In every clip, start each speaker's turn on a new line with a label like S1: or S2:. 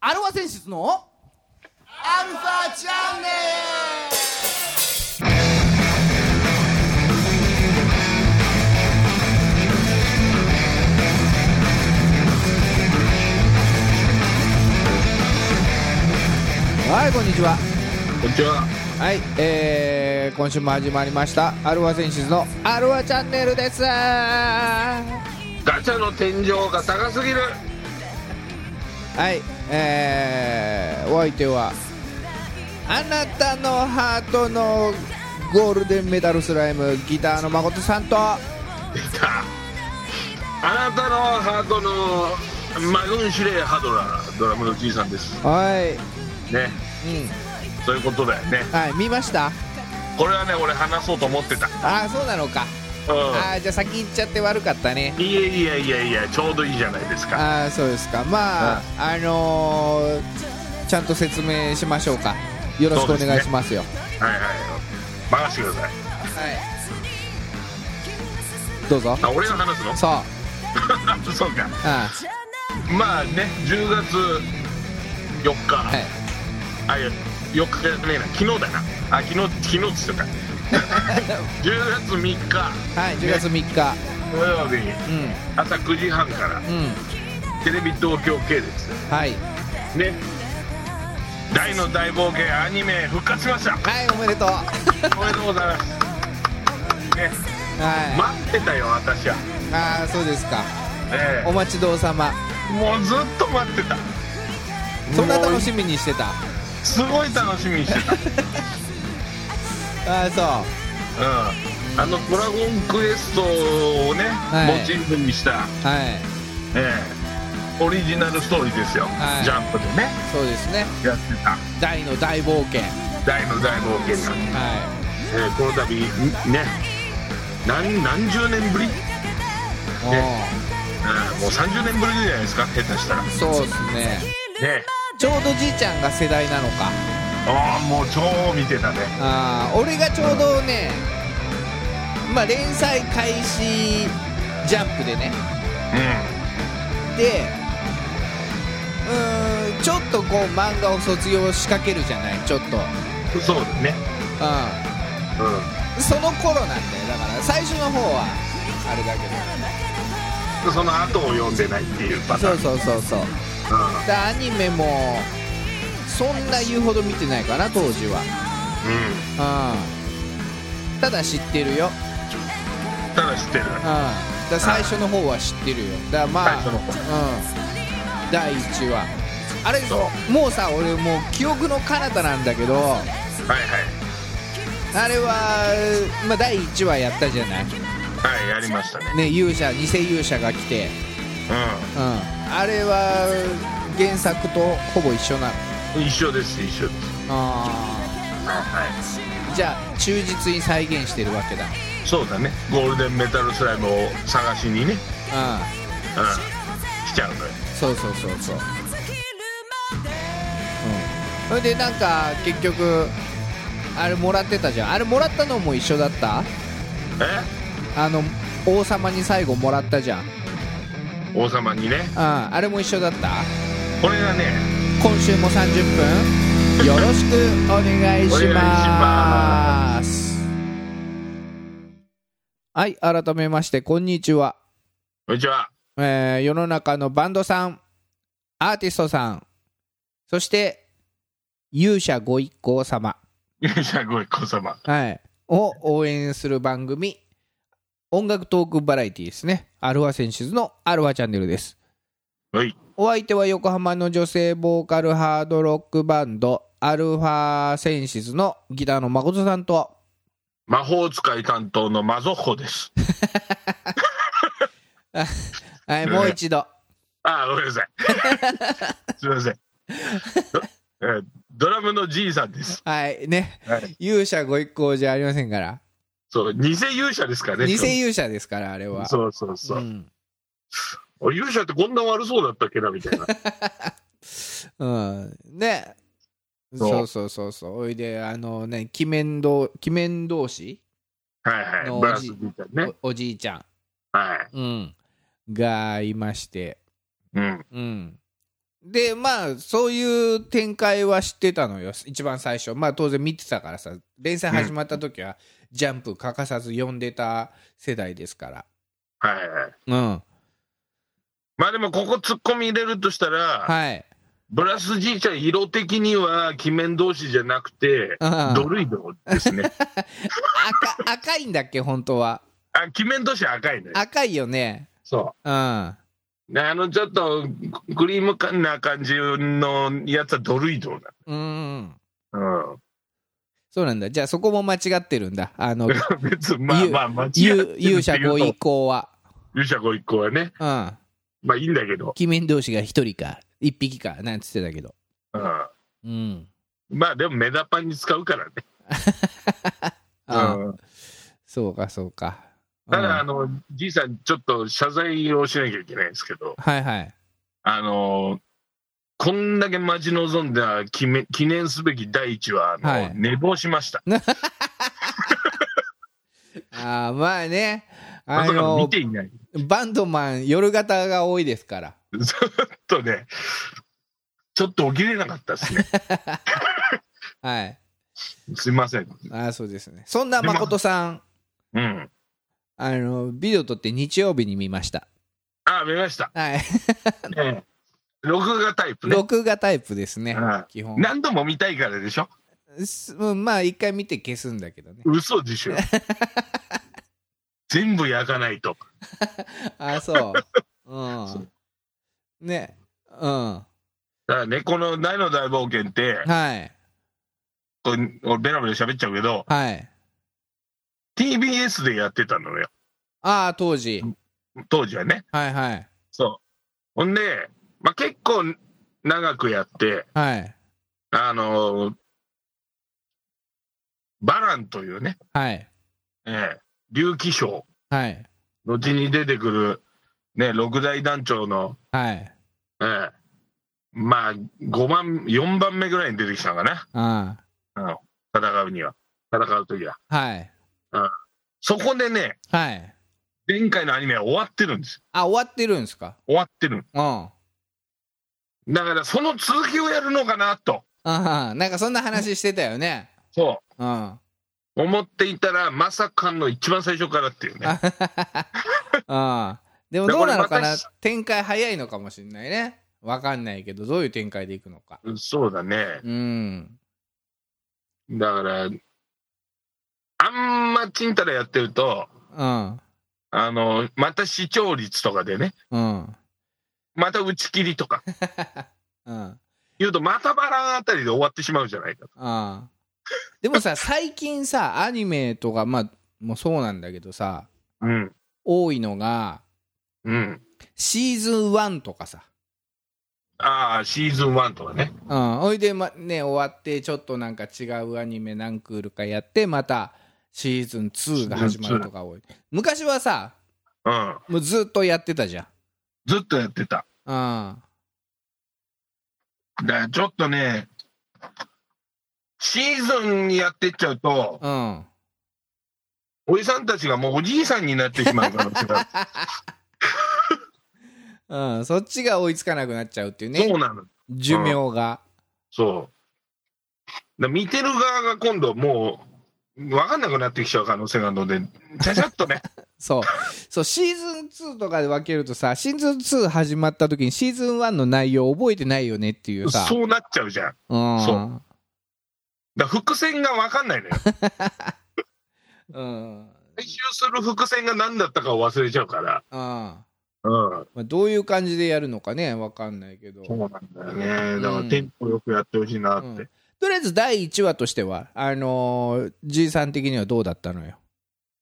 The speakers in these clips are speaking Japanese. S1: アルファ選出のアルファチャンネルはいこんにちは
S2: こんにちは。
S1: はい、えー今週も始まりましたアルファ選出のアルファチャンネルです
S2: ガチャの天井が高すぎる。
S1: はい、えーお相手はあなたのハートのゴールデンメダルスライムギターの誠さんとは
S2: 出た。あなたのハートのマグンシュレーハドラー、ドラムのじいさんです。
S1: い、
S2: ね。
S1: うん、
S2: そういうことだよね。
S1: はい見ました
S2: これはね、俺話そうと思ってた。
S1: ああそうなのかああじゃあ先行っちゃって悪かったね
S2: うん。いやいやいやいや、ちょうどいいじゃないですか。
S1: ああそうですかまああのーちゃんと説明しましょうかよろしくお願いしますよ
S2: はいはい。任せてください。
S1: はいどうぞ
S2: あ、俺が話すの
S1: そう
S2: そうか。
S1: あ
S2: まあね、10月4日。
S1: あはい
S2: あいや4日じゃねえな昨日だなあ昨日昨日っつ ってた10月3日
S1: はい10月3日
S2: 土曜日
S1: う
S2: 朝9時半から
S1: んうん
S2: テレビ東京系列
S1: はい
S2: ね大の大冒険アニメ復活しました
S1: はいおめでとうは
S2: おめでとうございますね
S1: い、
S2: 待ってたよ私は
S1: ああそうですか
S2: え
S1: お待ちどうさま
S2: えもうずっと待ってた
S1: そんな楽
S2: も
S1: しみにしてた
S2: うすごい楽しみにしてたうん
S1: ああそう
S2: あの「ドラゴンクエスト」をね、
S1: はい
S2: モチーフにした
S1: はい
S2: ええオリジナルストーリーですよ、
S1: はい
S2: ジャンプでね
S1: そうですね
S2: やってた
S1: 大の大冒険
S2: 大の大冒険が、
S1: は
S2: ええこの度んね何何十年ぶり、
S1: いお
S2: うんもう30年ぶりじゃないですか下手したらね
S1: ーそうですね
S2: え
S1: ちょうどじいちゃんが世代なのか
S2: ああもう超見てたね
S1: ああ俺がちょうどねまあ連載開始ジャンプでね
S2: う
S1: でうーんちょっとこう漫画を卒業しかけるじゃないちょっとうん
S2: んそうだねう
S1: その頃なんだよだから最初の方はあれだけ
S2: んその後を読んでないっていうパ
S1: ど
S2: タ
S1: そ
S2: ー
S1: う
S2: ン
S1: そうそうそうでアニメもそんな言うほど見てないかな当時は
S2: うん、
S1: うんただ知ってるよ、うん、
S2: うん、ただ知ってる
S1: だから最初の方は知ってるよだからまあ
S2: 最初の方
S1: うん第1話あれ
S2: そ
S1: もうさ俺もう記憶の彼方なんだけど
S2: はい
S1: あれは、まあ、第1話やったじゃない
S2: はいはいやりましたね
S1: ね勇者偽勇者が来てうん、あれは原作とほぼ一緒なの
S2: うん一緒です一緒です
S1: あ
S2: はい
S1: ーじゃあ忠実に再現してるわけだう
S2: そうだねゴールデンメタルスライムを探しにね
S1: ん
S2: うん来ちゃうのよ
S1: そうそうそうそうそれでなんか結局あれもらってたじゃんあれもらったのも一緒だった
S2: え
S1: あの王様に最後もらったじゃん、うん、
S2: 王様にね
S1: あれも一緒だった
S2: これがね
S1: 今週も30分よろしくお願いします
S2: お願いしま
S1: はい改めましてこんにちは、
S2: こんにちは
S1: えー世の中のバンドさんアーティストさんそして勇者ご一行様、
S2: 勇者ご一行様
S1: はい、を応援する番組音楽トークバラエティですねアルファセンシズのアルファチャンネルです
S2: はい
S1: お相手は横浜の女性ボーカルハードロックバンドアルファセンシズのギターの誠さんと
S2: 魔法使い担当のマゾッホです
S1: はいもう一度
S2: ああごめんなさ いすいませんどえードラムのじいさんです
S1: はいね
S2: はい
S1: 勇者ご一行じゃありませんから
S2: そう偽勇者ですからね
S1: 偽勇者ですからあれは、
S2: そうそうそううん俺勇者ってこんな悪そうだったっけなみ たいな
S1: うん、ね
S2: そう
S1: そうそうそうそうおいであのね鬼面同鬼面同士
S2: はいは
S1: の
S2: いブラスじいちゃんね
S1: おおじいちゃん、
S2: は
S1: うん、がいまして
S2: いうん
S1: うん、でまあそういう展開は知ってたのよ一番最初まあ当然見てたからさ連載始まった時は「ジャンプ」欠かさず読んでた世代ですから
S2: はいはい。
S1: うん
S2: まあでも、ここ突っ込み入れるとしたら、
S1: はい
S2: ブラスじいちゃん、色的には、鬼面同士じゃなくて、
S1: うん
S2: ドルイドです ね。
S1: 赤赤いんだっけ本当は
S2: あ、鬼面同士赤いね。
S1: 赤いよね
S2: そ
S1: うん
S2: う。ね、あの、ちょっと、クリーム感な感じのやつはドルイドだ。
S1: うん
S2: うん。
S1: そうなんだじゃあそこも間違ってるんだあの
S2: 別に、まあ
S1: ゆ
S2: まあ、間違ってるっ
S1: 勇
S2: ていうと
S1: 勇者ご一行は
S2: 勇者ご一行はね。
S1: うん
S2: まあいいんだけど。
S1: 鬼面同士が一人か一匹かなんつってたけど
S2: うん。
S1: うん
S2: まあでも、メダパンに使うからね。
S1: ああ
S2: うん。
S1: そうかそうか
S2: ただ、
S1: う
S2: あ
S1: ん
S2: の、じいさん、ちょっと謝罪をしなきゃいけないんですけど、
S1: はいはい
S2: あの、こんだけ待ち望んだ記念記念すべき第一話、あの
S1: はい
S2: 寝坊しました。
S1: ああまあね
S2: ま
S1: あ
S2: さか
S1: の
S2: 見ていない。
S1: バンドマン夜型が多いですから
S2: ずっとね、ちょっと起きれなかったで すね。
S1: はい
S2: すいません。
S1: ああそうですねそんな誠さん
S2: うん。
S1: あのビデオ撮って日曜日に見ました
S2: あ、見ました。
S1: はい
S2: ね、録画タイプね。
S1: 録画タイプですね
S2: うん
S1: 基本
S2: 何度も見たいからでしょ
S1: すうんまあ一回見て消すんだけどね
S2: 嘘 でしょ全部焼かないと。
S1: あそううんねうん
S2: だからね、この大の大冒険って、
S1: はい
S2: これ俺ベラベラ喋っちゃうけど、
S1: はい。
S2: TBS でやってたのよ。
S1: ああ、当時。
S2: 当時はね。
S1: はいはい。
S2: そう。ほんで、まあ、結構長くやって、
S1: はい。
S2: あのーバランというね、
S1: はい。
S2: ええ、竜気賞、
S1: はい。
S2: 後に出てくる、ね、六大団長の、
S1: はい。
S2: ええ、まあ、5番、4番目ぐらいに出てきたのかな。
S1: あ
S2: うん戦うには。戦うときは。
S1: あ。はい。
S2: そこでね、
S1: はい。
S2: 前回のアニメは終わってるんです。
S1: あ、終わってるんですか
S2: 終わってる。
S1: うん。あ
S2: だから、その続きをやるのかな、と。
S1: あ、なんかそんな話してたよね。
S2: そ
S1: うん。あ
S2: う。思っていたら、まさかの一番最初からっていうね。
S1: あ。でもどうなのか
S2: これ
S1: な
S2: また
S1: 展開早いのかもしれないね。わかんないけど、どういう展開でいくのか。
S2: そうだね。
S1: うん。
S2: だから、あんまちんたらやってると、
S1: うん。
S2: あの、また視聴率とかでね、
S1: うん。
S2: また打ち切りとか、
S1: うん。
S2: 言うと、またバランあたりで終わってしまうじゃないかと。
S1: ああでもさ、最近さ、アニメとか、まあ、もうそうなんだけどさ、
S2: うん。
S1: 多いのが、
S2: うん。
S1: シーズン1とかさ、
S2: ああ、シーズン1とかね。
S1: うん、おいで、まね、終わってちょっとなんか違うアニメ何クールかやってまたシーズン2が始まるとか多い昔はさ
S2: うん。
S1: もうずっとやってたじゃ
S2: ずっとやってた。
S1: ん、
S2: だからちょっとね、シーズンやってっちゃうと、
S1: うんうん、
S2: おじさんたちがもうおじいさんになってしまう可能性がある。
S1: うん、そっちが追いつかなくなっちゃうっていう
S2: そ
S1: ね
S2: うなの。
S1: 寿命が、
S2: そう。だ見てる側が今度もう、分かんなくなってきちゃう可能性があるので、ちゃちゃっ とね、
S1: そうそうシーズン2とかで分けるとさシーズン2始まった時にシーズン1の内容覚えてないよねっていうさ
S2: そうなっちゃうじゃん。だか
S1: うん
S2: そら伏線が分かんないのよ。
S1: うん
S2: 回収する伏線が何だったかを忘れちゃうから。
S1: うん
S2: うん。
S1: まあ、どういう感じでやるのかねわかんないけど、
S2: そうなんだよね。だか
S1: う
S2: ら
S1: ん
S2: テンポよくやってほしいなって。
S1: うんとりあえず第1話としてはあのー、じいさん的にはどうだったのよ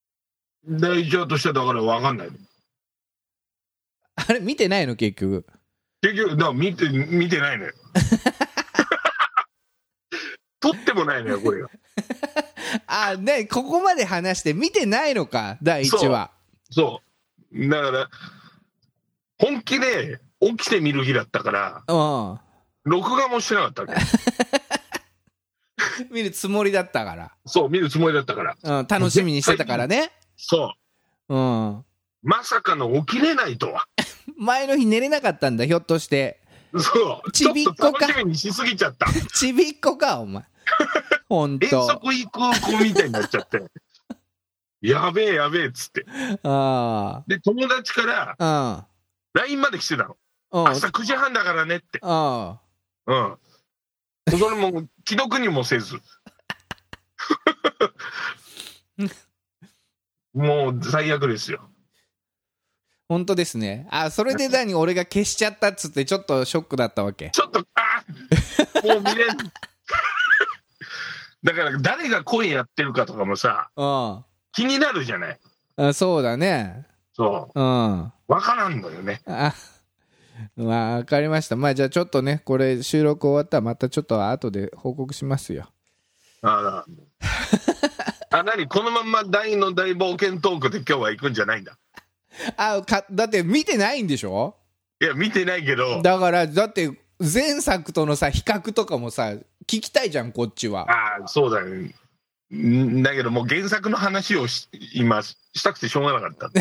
S2: 大事としてはだから分かんない。
S1: あれ見てないの結局
S2: 結局、だから見て、見 てないのよ。取ってもないのよ、これが。
S1: あねここまで話して見てないのか第1話
S2: そう。だから、本気で起きて見る日だったから、
S1: う
S2: 録画もしてなかっ たわけ。
S1: ん見るつもりだったか
S2: そう、見るつもりだったから。
S1: ら、うん、楽しみにしてたからね
S2: そう。
S1: うん
S2: まさかの起きれないとは。
S1: 前の日寝れなかったんだひょっとして
S2: そう。
S1: ち
S2: ちょ
S1: びっ
S2: っ
S1: こか
S2: と楽しみにしすぎち ゃった。
S1: ちびっこかお 前ほん
S2: 遠
S1: と
S2: 足行く子みたいになっちゃって。 やべえやべえっつって。
S1: あ
S2: で、友達から
S1: あ
S2: LINE まで来てたの。
S1: うんうん
S2: 朝9時半だからねって。
S1: うん
S2: うん。それも、既読にもせ ず。 もう最悪ですよ。
S1: 本当ですねあそれで何俺が消しちゃったっつってちょっとショックだったわけ
S2: ちょっと、あーもう見れん。 だから、誰が声やってるかとかもさ、
S1: うん
S2: 気になるじゃない。
S1: あそうだね
S2: そ
S1: うん
S2: う。わからんのよね。
S1: あ まあ、わかりました。まあ、じゃあちょっとね、これ収録終わったらまたちょっと後で報告しますよ。
S2: あーあ、なにこのまんま大の大冒険トークで今日は行くんじゃないんだ。
S1: あ、か、だって見てないんでしょ
S2: いや、見てないけど、
S1: だから、だって前作とのさ、比較とかもさ、聞きたいじゃん、こっちは。
S2: ああ、そうだよね。んだけど、もう原作の話をし今、したくてしょうがなかった。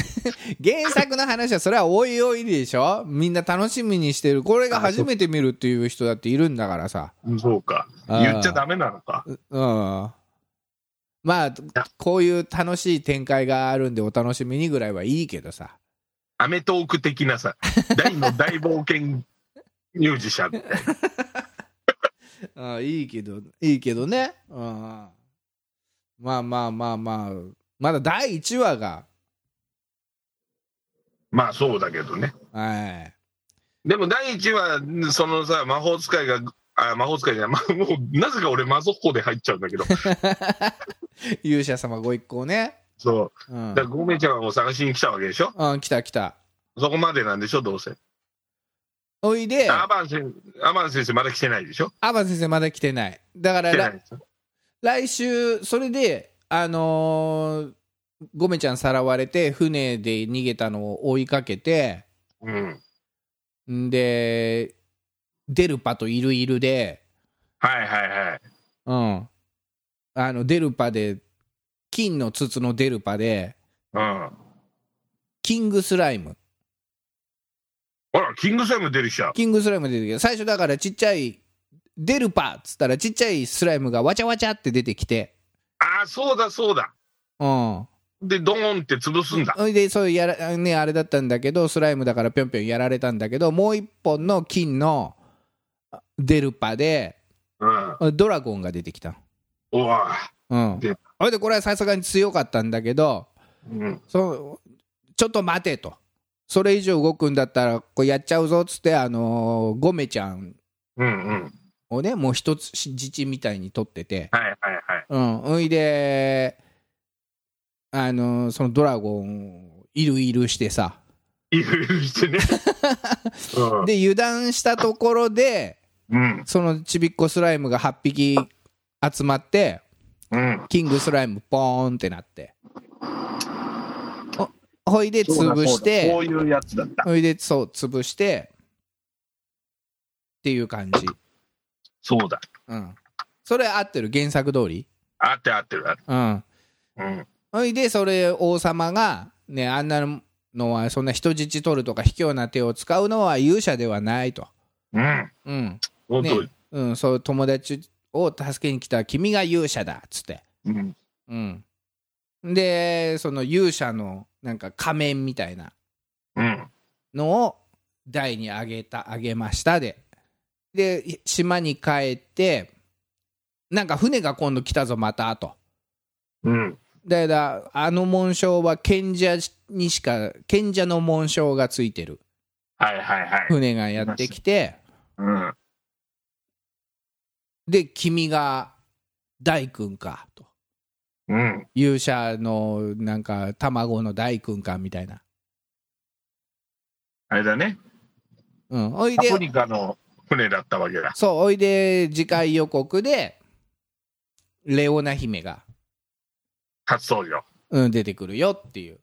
S1: 原作の話はそれはおいおいでしょみんな楽しみにしてる。これが初めて見るっていう人だっているんだからさ。
S2: そうか。
S1: あー
S2: 言っちゃダメなのか。
S1: うん。まあ、こういう楽しい展開があるんでお楽しみにぐらいはいいけどさ。
S2: アメトーク的なさ、大の大冒険ミュージシャンみたいな。
S1: あいいけどいいけどね、うん、まあまあまあまあまだ第1話が
S2: まあそうだけどね。
S1: はい
S2: でも第1話、そのさ、魔法使いが、あ魔法使いじゃない、ま、もうなぜか俺、魔族校で入っちゃうんだ けど、
S1: 勇者様ご一行ね、
S2: そうう、
S1: ん
S2: だからゴメちゃんを探しに来たわけでしょ、
S1: うん、来た来た
S2: そこまでなんでしょ、どうせ。
S1: おいで
S2: アバン先アバン先生、まだ来てないでしょ、
S1: アバン先生まだ来てないだから
S2: 来てない
S1: ら
S2: でしょ
S1: 来週それであのーゴメちゃんさらわれて船で逃げたのを追いかけて
S2: うん、
S1: んでデルパとイルイルで
S2: はいはいはい、
S1: うん、あのデルパで金の筒のデルパで
S2: うん、あ
S1: キングスライム
S2: ら、キングスライム出てきた、
S1: キングスライム出てきた最初だからちっちゃいデルパっつったらちっちゃいスライムがわちゃわちゃって出てきて
S2: ああ、そうだそうだ、
S1: うん
S2: で、ドーンって潰すんだ、
S1: それでそうやら、ね、あれだったんだけどスライムだからぴょんぴょんやられたんだけどもう一本の金のデルパで
S2: うん、
S1: ドラゴンが出てきた
S2: おわ、
S1: うん
S2: で
S1: それでこれはさすがに強かったんだけど
S2: うん、
S1: そちょっと待てと、それ以上動くんだったら、これやっちゃうぞっつって、あのーゴメちゃん
S2: うん、うん、
S1: をね、もう一つ自治みたいに取ってて、
S2: はいはいはい、
S1: うん、ほいで、あのーそのドラゴンをいるいるしてさ、
S2: いるいるし てね、うん
S1: で、油断したところで、
S2: うん、
S1: そのちびっこスライムが8匹集まって、
S2: うん、
S1: キングスライム、ポーンってなって。おほいで潰し
S2: そうだそう
S1: て
S2: だこ。ういうやつだった。
S1: それでそう潰してっていう感じ
S2: そうだ。
S1: うんそれ合ってる原作通り
S2: あってあってるあって
S1: うん
S2: る。うん。
S1: それでそれ王様がねあんなのはそんな人質取るとか卑怯な手を使うのは勇者ではないと
S2: うん。
S1: うん
S2: 本当、
S1: ねうんそう友達を助けに来た君が勇者だっつって
S2: うん。
S1: うんでその勇者のなんか仮面みたいな
S2: うん。
S1: のを台にあげたあげましたででい島に帰ってなんか船が今度来たぞまたと
S2: うん。
S1: だからあの紋章は賢者にしか賢者の紋章がついてる
S2: はいはいはい。
S1: 船がやってきて
S2: うん。
S1: で君が大君かと
S2: うん。
S1: 勇者のなんか卵の大君かみたいな
S2: あれだね。
S1: うんおい
S2: パ
S1: で
S2: プリカの船だったわけだ。
S1: そうおいで次回予告でレオナ姫が、
S2: 初登場。
S1: うん、出てくるよっていう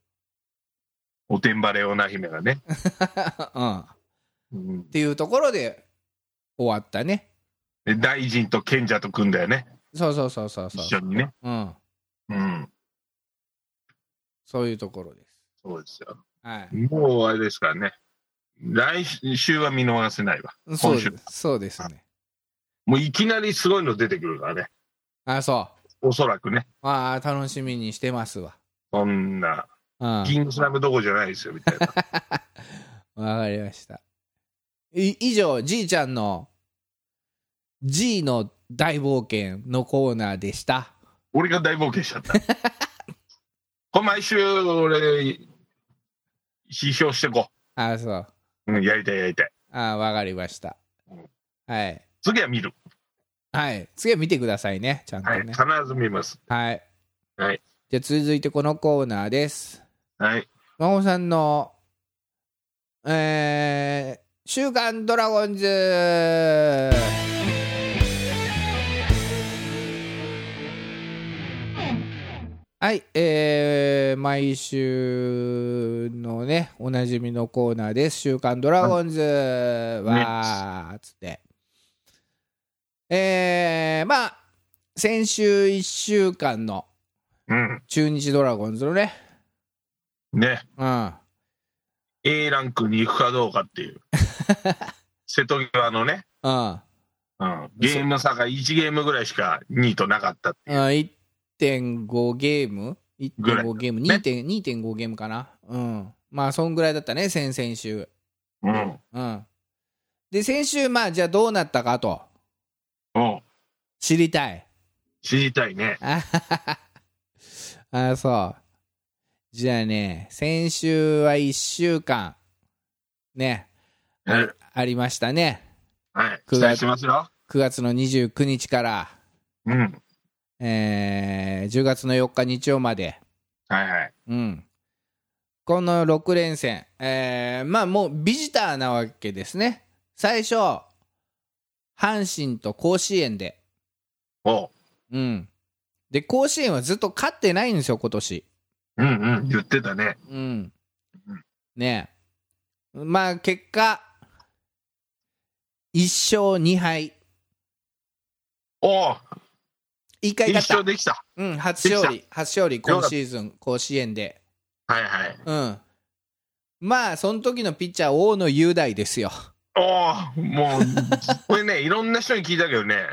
S2: おてんばれオナ姫がね。
S1: うん、っ
S2: うん。
S1: ていうところで終わったね
S2: で大臣と賢者と組んだよね。
S1: そうそうそうそうそ
S2: 一緒
S1: う、
S2: にね。
S1: うん、
S2: うん。
S1: そういうところです
S2: そうですよ。
S1: はい
S2: もうあれですからね。来週は見逃せないわ。
S1: そう
S2: 今週。
S1: そうですね。
S2: もういきなりすごいの出てくるからね。
S1: あ、そう。
S2: おそらくね。
S1: ああ、楽しみにしてますわ。
S2: そんな、
S1: うん。わ
S2: キングスラムどこじゃないですよ、みたいな。
S1: かりました。い以上、じいちゃんの G の大冒険のコーナーでした。
S2: 俺が大冒険しちゃった。 これ毎週俺、批評してこ
S1: ああ、そう。
S2: う。うん、やりたいやりたい。
S1: ああ、わかりました
S2: うん。
S1: はい。
S2: 次は見る。
S1: はい。次は見てくださいね。ちゃんと
S2: はい、
S1: ね
S2: 必。ず見ます。
S1: はい。
S2: はい。
S1: じゃあ続いてこのコーナーです。
S2: はい。
S1: 真帆さんの、えー、週刊ドラゴンズはい、えー、毎週のね、おなじみのコーナーです。週刊ドラゴンズわーっつって。えー、まあ、先週1週間の
S2: うん。
S1: 中日ドラゴンズのね、
S2: ね。
S1: うん、
S2: A ランクに行くかどうかって いう。瀬戸際のね、
S1: うん。
S2: うん、ゲーム差が1ゲームぐらいしか2位となかったっていう。
S1: あ1.5ゲーム
S2: ぐらい
S1: ?1.5 ゲーム、
S2: ね
S1: 2.- 2.5ゲームかなうん。まあ、そんぐらいだったね、先々週。
S2: うん。
S1: うん。で、先週、まあ、じゃあどうなったかと、
S2: うん。
S1: 知りたい。
S2: 知りたいね。
S1: あはははあ、そう。じゃあね、先週は1週間、ね、あり
S2: うん
S1: ありましたね。
S2: はい。
S1: 九月
S2: 期待してますよ。
S1: 9月の29日から、
S2: うん。
S1: えー10月の4日日曜まで。
S2: はいはい。
S1: うん、この6連戦、えーまあもうビジターなわけですね。最初、阪神と甲子園で、
S2: おう。
S1: うん、で甲子園はずっと勝ってないんですよ、今年。
S2: うんうん。言ってたね。
S1: うん
S2: うん、
S1: ねえまあ結果、1勝2敗、
S2: おう。
S1: 1回勝
S2: 一勝
S1: っ
S2: できた。
S1: た、うん、初勝利、初勝利、
S2: かった
S1: 今シーズン、甲子園で。
S2: はいはい。
S1: うんまあ、その時のピッチャー、大野雄大ですよ。
S2: おお、もう、これね、い ろんな人に聞いたけどね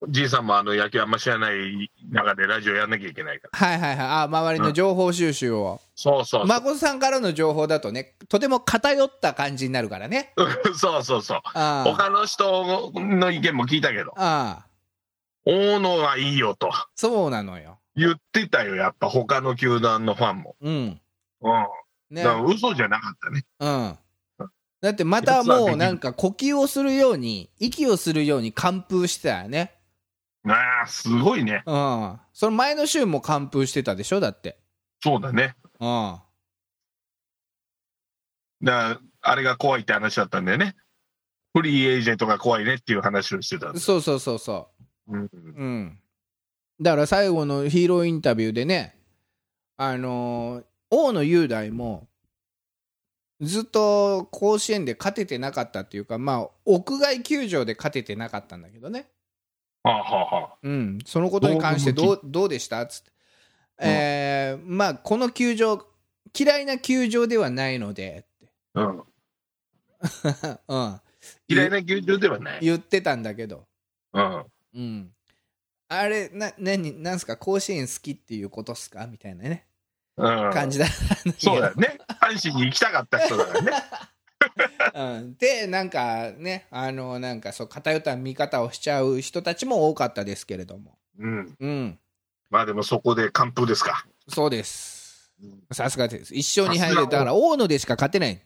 S1: う、ん。
S2: じいさんもあの野球あんま知らない中でラジオやんなきゃいけないから。
S1: はいはいはい、あ周りの情報収集を、
S2: そうそうそう。
S1: 孫さんからの情報だとね、とても偏った感じになるからね。
S2: そうそうそう。
S1: ああ
S2: 他の人の意見も聞いたけど、
S1: ああ
S2: 大野はいいよと
S1: そうなのよ。
S2: 言ってたよ、やっぱ他の球団のファンも。
S1: うん。
S2: うん。
S1: ね、
S2: だから嘘じゃなかったね。
S1: うん。だってまたもうなんか呼吸をするように、息をするように完封してたよね。
S2: ああ、すごいね。
S1: うん。その前の週も完封してたでしょ、だって。
S2: そうだね。
S1: うん。
S2: だからあれが怖いって話だったんだよね。フリーエージェントが怖いねっていう話をしてたんです。
S1: そうそうそうそ
S2: うん。
S1: う。うん。だから最後のヒーローインタビューでね、あのー大野雄大もずっと甲子園で勝ててなかったっていうか、まあ、屋外球場で勝ててなかったんだけどね、
S2: はあはあはあ。
S1: うん、そのことに関してどうどうでしたっつって、
S2: うん
S1: えーまあ、この球場、嫌いな球場ではないので って、
S2: うん。
S1: うん、
S2: 嫌いな球場ではない。
S1: 言ってたんだけど、
S2: うん。
S1: うん、あれ、な何なんすか、甲子園好きっていうことっすかみたいなね、
S2: うん、
S1: 感じだったんだけど
S2: そうだよね。阪神に行きたかった人だからね。
S1: うん、でなんかねあのなんかそう偏った見方をしちゃう人たちも多かったですけれども
S2: うん。
S1: うん
S2: まあでもそこで完封ですか。
S1: そうです
S2: うん
S1: さすがです1勝2
S2: さ
S1: 敗
S2: すが
S1: でだから大野でしか勝てない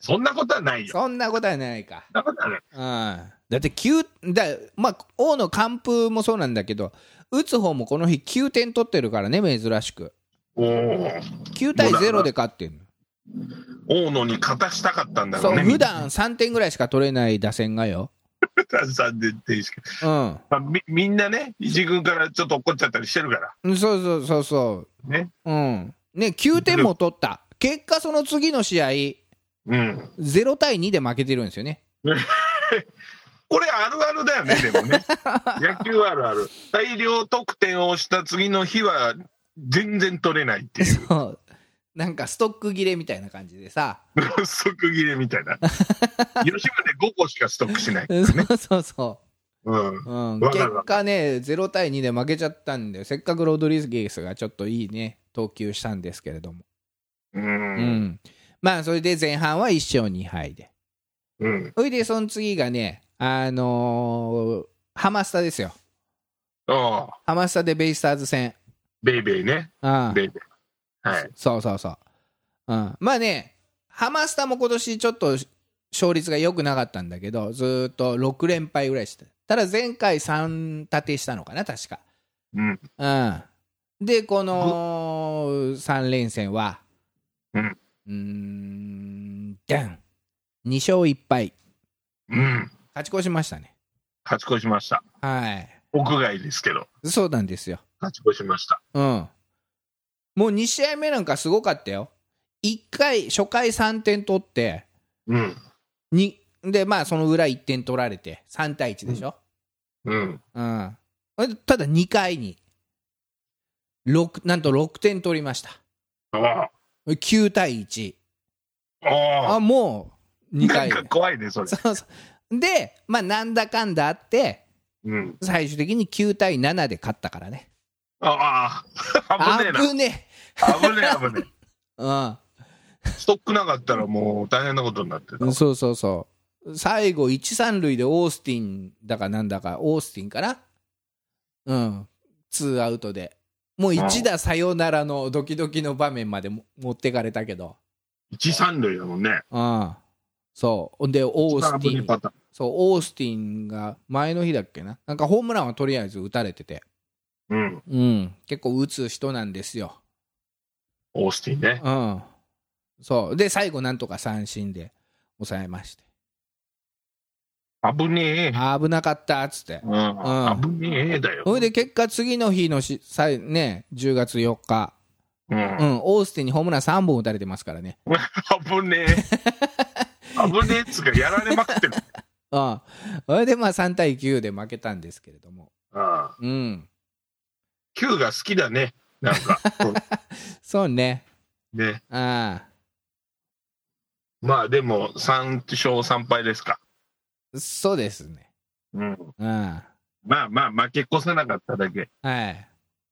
S2: そんなことはないよ。
S1: そんなことはないか、
S2: そんなことはない。
S1: うん、だって9だまあ大野完封もそうなんだけど打つ方もこの日9点取ってるからね珍しく
S2: おお。
S1: 9対0で勝ってる
S2: 大野に勝たしたかったんだろ
S1: そうう
S2: ね。
S1: 普段3点ぐらいしか取れない打線がよ
S2: さんでっていいですけど
S1: うん
S2: まあみみんなね、一軍からちょっと怒っちゃったりしてるから。
S1: うんそうそうそうそう
S2: ね。
S1: うん、ね9点も取った、結果、その次の試合、
S2: うん。
S1: 0対2で負けてるんですよね。
S2: これあるあるだよね、でもね。 野球あるある。大量得点をした次の日は、全然取れないっていう。
S1: そうなんかストック切れみたいな感じでさ
S2: 即切れみたい な。吉宗5個しかストックしない。
S1: そうそうそ
S2: うん。
S1: う、うん、
S2: わか
S1: 結
S2: るわ
S1: 果ね0対2で負けちゃったんでせっかくロドリゲスがちょっといいね投球したんですけれども、
S2: う。
S1: うんん、まあそれで前半は1勝2敗で
S2: うん。
S1: それでその次がねあのーハマスタですよ
S2: ああ、
S1: ハマスタでベイスターズ戦
S2: ベイベイね。
S1: ああ
S2: ベイベイ。はい。
S1: そうそうそう、うん、まあねハマスタも今年ちょっと勝率が良くなかったんだけどずーっと6連敗ぐらいしてただ前回3立てしたのかな確か
S2: うん。
S1: うんでこの3連戦は
S2: うん
S1: うーんダン2勝1敗
S2: うん。
S1: 勝ち越しましたね
S2: 勝ち越しました。
S1: はい
S2: 屋外ですけど、
S1: そうなんですよ
S2: 勝ち越しました。
S1: うん。もう2試合目なんかすごかったよ。1回、初回3点取って、
S2: うん。
S1: にで、まあ、その裏1点取られて、3対1でしょ。
S2: うん。
S1: うん。ただ2回に、六なんと6点取りました。
S2: ああ。
S1: 9対1。
S2: あ
S1: あ、
S2: あ。
S1: もう2
S2: なん
S1: 回。
S2: か怖いね、それ。
S1: そうそうで、まあ、なんだかんだあって、
S2: うん。
S1: 最終的に9対7で勝ったからね。
S2: ああ。 危ねえな。
S1: 危ね
S2: 危ねえ、危ね
S1: え。うん。
S2: え。ストックなかったらもう大変なことになってた。
S1: そうそうそう。最後、1、3塁でオースティンだかなんだか、オースティンかなうん。ツーアウトで。もう1打さよならのドキドキの場面までも持ってかれたけど。
S2: 一三塁だもんね。
S1: うん。そう。ほんで、オーステ
S2: 危
S1: ィ
S2: ねえ
S1: ン。
S2: パターン。
S1: そう、オースティンが前の日だっけな。なんかホームランはとりあえず打たれてて。
S2: うん。
S1: うん。結構打つ人なんですよ。
S2: オースティンね。
S1: うん。そう。で、最後なんとか三振で抑えまして。
S2: 危ねえ。
S1: 危なかったっつって。
S2: うん。危ねえだよ。
S1: それで結果、次の日のしさいね、10月4日、
S2: う。
S1: うんん、オースティンにホームラン3本打たれてますからね、
S2: 危ねえ。危ねえっつうか、やられま くってる。
S1: うん、それでまあ3対9で負けたんですけれども、
S2: うん。
S1: うん、
S2: Q が好きだね。なん か。
S1: そうね、
S2: ね。
S1: あ
S2: まあでも、3勝3敗ですか。
S1: あそうですね、
S2: うん。
S1: あ
S2: まあまあ、負け越せなかっただけ。
S1: あはい、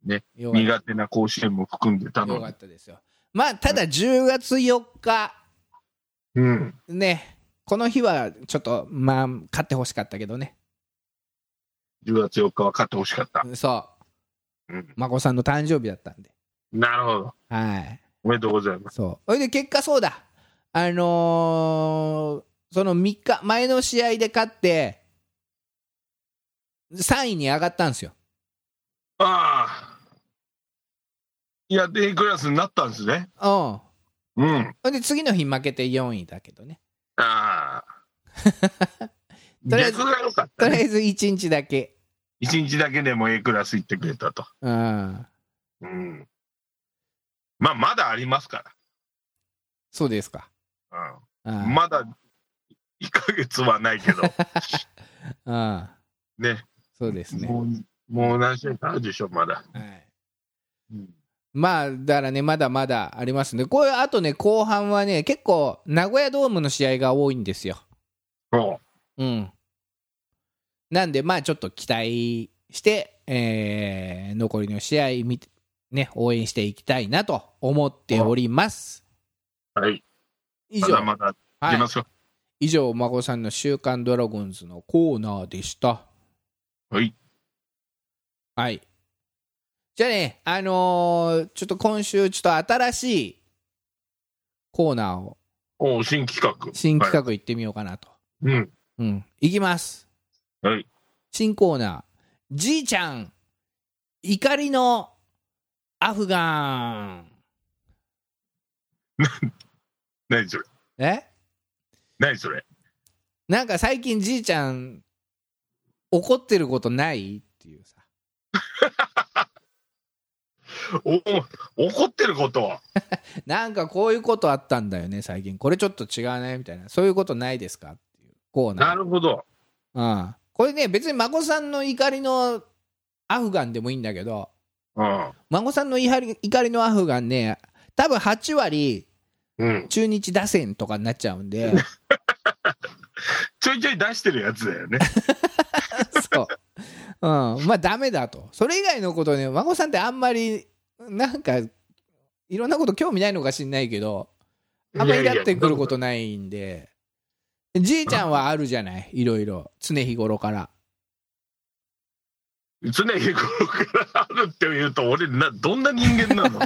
S2: ね
S1: よかっ
S2: 苦手な甲子園も含んでた
S1: たよ
S2: の
S1: か
S2: に
S1: っ。たですよ。まあ、ただ10月4日、
S2: うん。
S1: ね、この日はちょっと、まあ、勝ってほしかったけどね、
S2: 10月4日は勝ってほしかった。
S1: そ
S2: うん
S1: う、。孫さんの誕生日だったんで、
S2: なるほど。
S1: はい。
S2: おめでとうございます。
S1: そう。それで結果そうだ。あのーその3日、前の試合で勝って、3位に上がったんですよ。
S2: ああ。いや、A クラスになったんですね。
S1: うん。ほ
S2: うん。
S1: んで次の日負けて4位だけどね。
S2: ああ。
S1: とりあえず
S2: 逆が良かっ
S1: と
S2: た
S1: りあ
S2: ね。
S1: えず1日だけ。
S2: 1日だけでも A クラス行ってくれたと。
S1: うん。
S2: うん。まあ、まだありますか
S1: そうですか。
S2: ら。
S1: う。
S2: うんん。まだ1ヶ月はない けど。
S1: うん。
S2: ね。
S1: そうですね。
S2: もう、もう何試合かあるでしょ、まだ。
S1: はい。
S2: うん。
S1: まあ、だからね、まだまだありますね。こういう、あとね、後半はね、結構、名古屋ドームの試合が多いんですよ。
S2: そ
S1: うん。なんで、まあちょっと期待して、えー残りの試合見て、ね、応援していきたいなと思っております。
S2: う。はい。
S1: 以
S2: ま
S1: 上、
S2: だまだ行
S1: は
S2: き
S1: い
S2: ま、しょ
S1: 以上、孫さんの週刊ドラゴンズのコーナーでした。
S2: う。はい。
S1: はい。じゃあね、あのーちょっと今週、ちょっと新しいコーナーを、
S2: おう新企画。
S1: 新企画行ってみようかなと。
S2: はい。うん。
S1: うん。いきます。
S2: はい。
S1: 新コーナー、じいちゃん、怒りのアフガン。
S2: 何それ
S1: え
S2: 何それ
S1: なんか最近じいちゃん、怒ってることないっていうさ。
S2: おお怒ってることは
S1: なんかこういうことあったんだよね、最近。これちょっと違うね、みたいな。そういうことないですかっていうコー
S2: な
S1: ナー。
S2: るほど
S1: うん。これね、別に孫さんの怒りのアフガンでもいいんだけど、
S2: うん
S1: 孫さんの怒り怒りのアフガンね、多分8割
S2: うん、
S1: 中日打線とかになっちゃうんで
S2: ちょいちょい出してるやつだよね。
S1: そう、うん、まあダメだとそれ以外のことね孫さんってあんまりなんかいろんなこと興味ないのかしんないけどあんまりやってくることないんでじいちゃんはあるじゃないいろいろ常日頃から
S2: 常日頃からあるって言うと、俺な、どんな人 間なの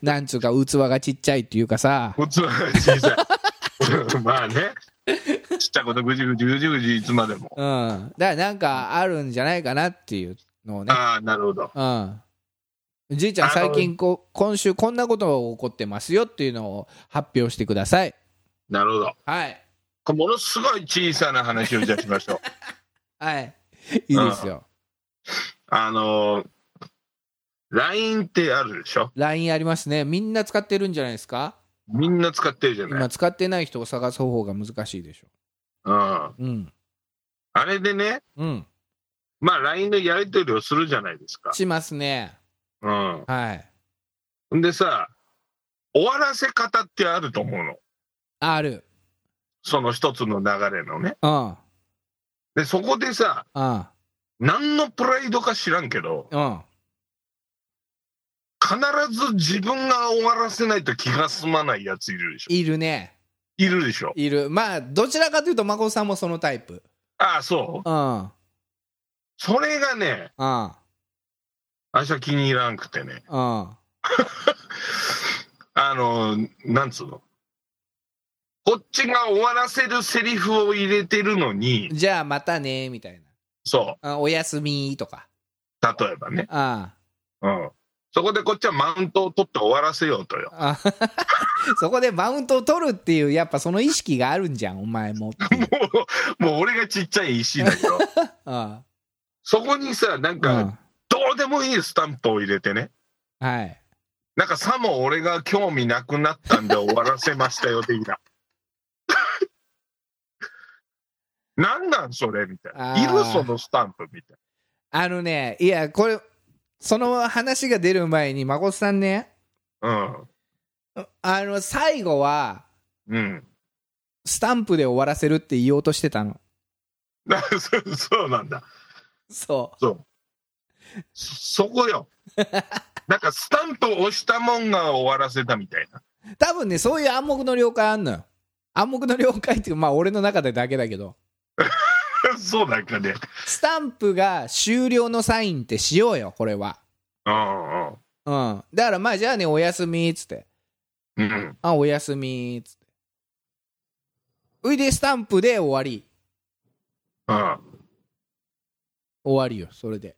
S1: なんつうか器がちっちゃいっていうかさ
S2: 器が小さい。 まあね、ちっちゃいことぐじぐじぐじぐじいつまでも。
S1: うん、だからなんかあるんじゃないかなっていうのをね、
S2: ああ、なるほど。
S1: うん、じいちゃん
S2: あの
S1: 最近こ今週こんなことが起こってますよっていうのを発表してください
S2: なるほど。
S1: はい
S2: これものすごい小さな話をじゃあしましょう。
S1: はいいいですよ
S2: あのー、LINE ってあるでしょ
S1: LINE ありますねみんな使ってるんじゃないですか
S2: みんな使ってるじゃない。
S1: 今使ってない人を探す方法が難しいでしょ
S2: うん。
S1: うん
S2: あれでね、
S1: うん
S2: まあ LINE でやり取りをするじゃないですか。
S1: しますね
S2: うん。
S1: はい
S2: んでさ、終わらせ方ってあると思うの。
S1: ある
S2: その一つの流れのね。
S1: うん
S2: で、そこでさ、
S1: うん
S2: 何のプライドか知らんけど、
S1: うん
S2: 必ず自分が終わらせないと気が済まないやついるでしょ。
S1: いるね
S2: いるでしょ。
S1: いるまあどちらかというと孫さんもそのタイプ
S2: ああ、そう。
S1: うんうん
S2: それがね、
S1: うん
S2: あしは気に入らんくてね。
S1: うん
S2: あの、なんつうの。こっちが終わらせるセリフを入れてるのに、
S1: じゃあまたねみたい
S2: そ
S1: なあおやすみとか
S2: う、例えばね。
S1: あ
S2: うん。そこでこっちはマウントを取って終わらせようとよ。
S1: あ そこでマウントを取るっていうやっぱその意識があるんじゃんお前もっていう
S2: もう、もう俺がちっちゃい石だけど、
S1: あ
S2: そこにさ、
S1: あ
S2: なん
S1: う
S2: か、
S1: ん
S2: どうでもいいスタンプを入れてね。
S1: はい
S2: なんかさも俺が興味なくなったんで 終わらせましたよ、的な。 なんなんそれみたい
S1: あ
S2: な。い
S1: ー
S2: るそのスタンプみたい
S1: あのねいやこれその話が出る前に孫さんね
S2: な。
S1: あの最後は
S2: うん。うん。
S1: スタンプで終わらせるって言おうとしてたの
S2: だから そそうなんだ。
S1: そ
S2: そそこよ。なんかスタンプを押したもんが終わらせたみたいな。
S1: う多分ねそういう暗黙の了解あんのよ暗黙の了解っていうかまあ俺の中でだけだけど
S2: そうなん かね。
S1: スタンプが終了のサインってしようよこれは
S2: うんうん
S1: うんだからまあじゃあねおやすみっつって
S2: うん。
S1: あ、おやすみーっつって。ういで、スタンプで終わり。
S2: うん。
S1: 終わりよ、それで。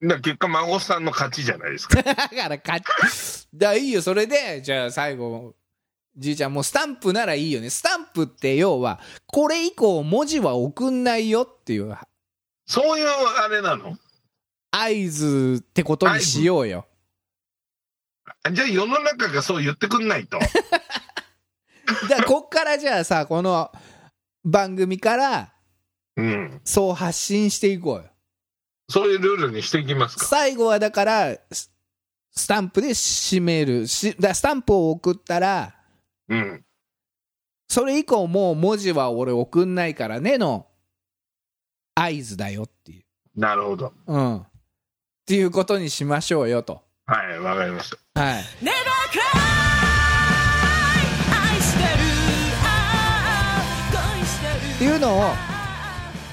S2: だから結果、孫さんの勝ちじゃないですか。
S1: だから、勝ち。だ、いいよ、それで、じゃあ最後、じいちゃん、もうスタンプならいいよね。スタンプって要は、これ以降文字は送んないよっていう
S2: そういうあれなの
S1: 合図ってことにしようよ。
S2: じゃあ世の中がそう言ってくんないと。
S1: だから、こっからじゃあさ、この番組から、
S2: うん。
S1: そう発信していこうよ。
S2: そういうルールにしていきますか。
S1: 最後はだからススタンプで締めるしだスタンプを送ったら
S2: うん。
S1: それ以降もう文字は俺送んないからねの合図だよっていう、
S2: なるほど。
S1: うん、っていうことにしましょうよと、
S2: はい、わかりました。
S1: はい、
S3: Never cry 愛してるああ恋してる
S1: っていうのを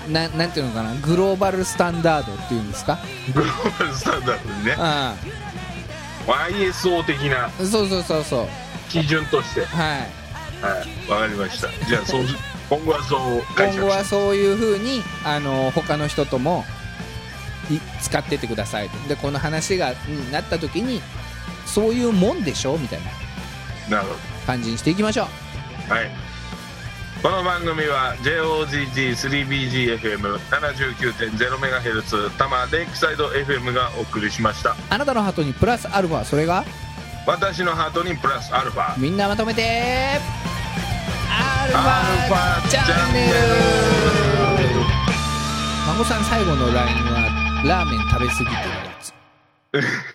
S1: ななんていうのかなグローバルスタンダードっていうんですか、
S2: グローバルスタンダードにね。
S1: う、
S2: ISO 的なん
S1: そうそうそうそう
S2: 基準として。
S1: はい
S2: はい、わかりました。じゃあ、そう、今後はそう解
S1: 今
S2: 釈
S1: 後は
S2: し
S1: そういうふうにあの他の人ともい使ってってくださいとでこの話がうんなった時にそういうもんでしょみたいな
S2: て。なるほど。
S1: 感じにしていきましょう
S2: はい。この番組は JOGG3BGFM79.0MHz 多摩レイクサイド FM がお送りしました
S1: あなたのハートにプラスアルファそれが
S2: 私のハートにプラスアルファ
S1: みんなまとめてアルフ
S2: アルフ
S1: ァチ
S2: ァチ
S1: ャ
S2: ャ
S1: ン
S2: ン
S1: ネ
S2: ネ
S1: ル孫さん最後の LINE はラーメン食べ過ぎてるやつ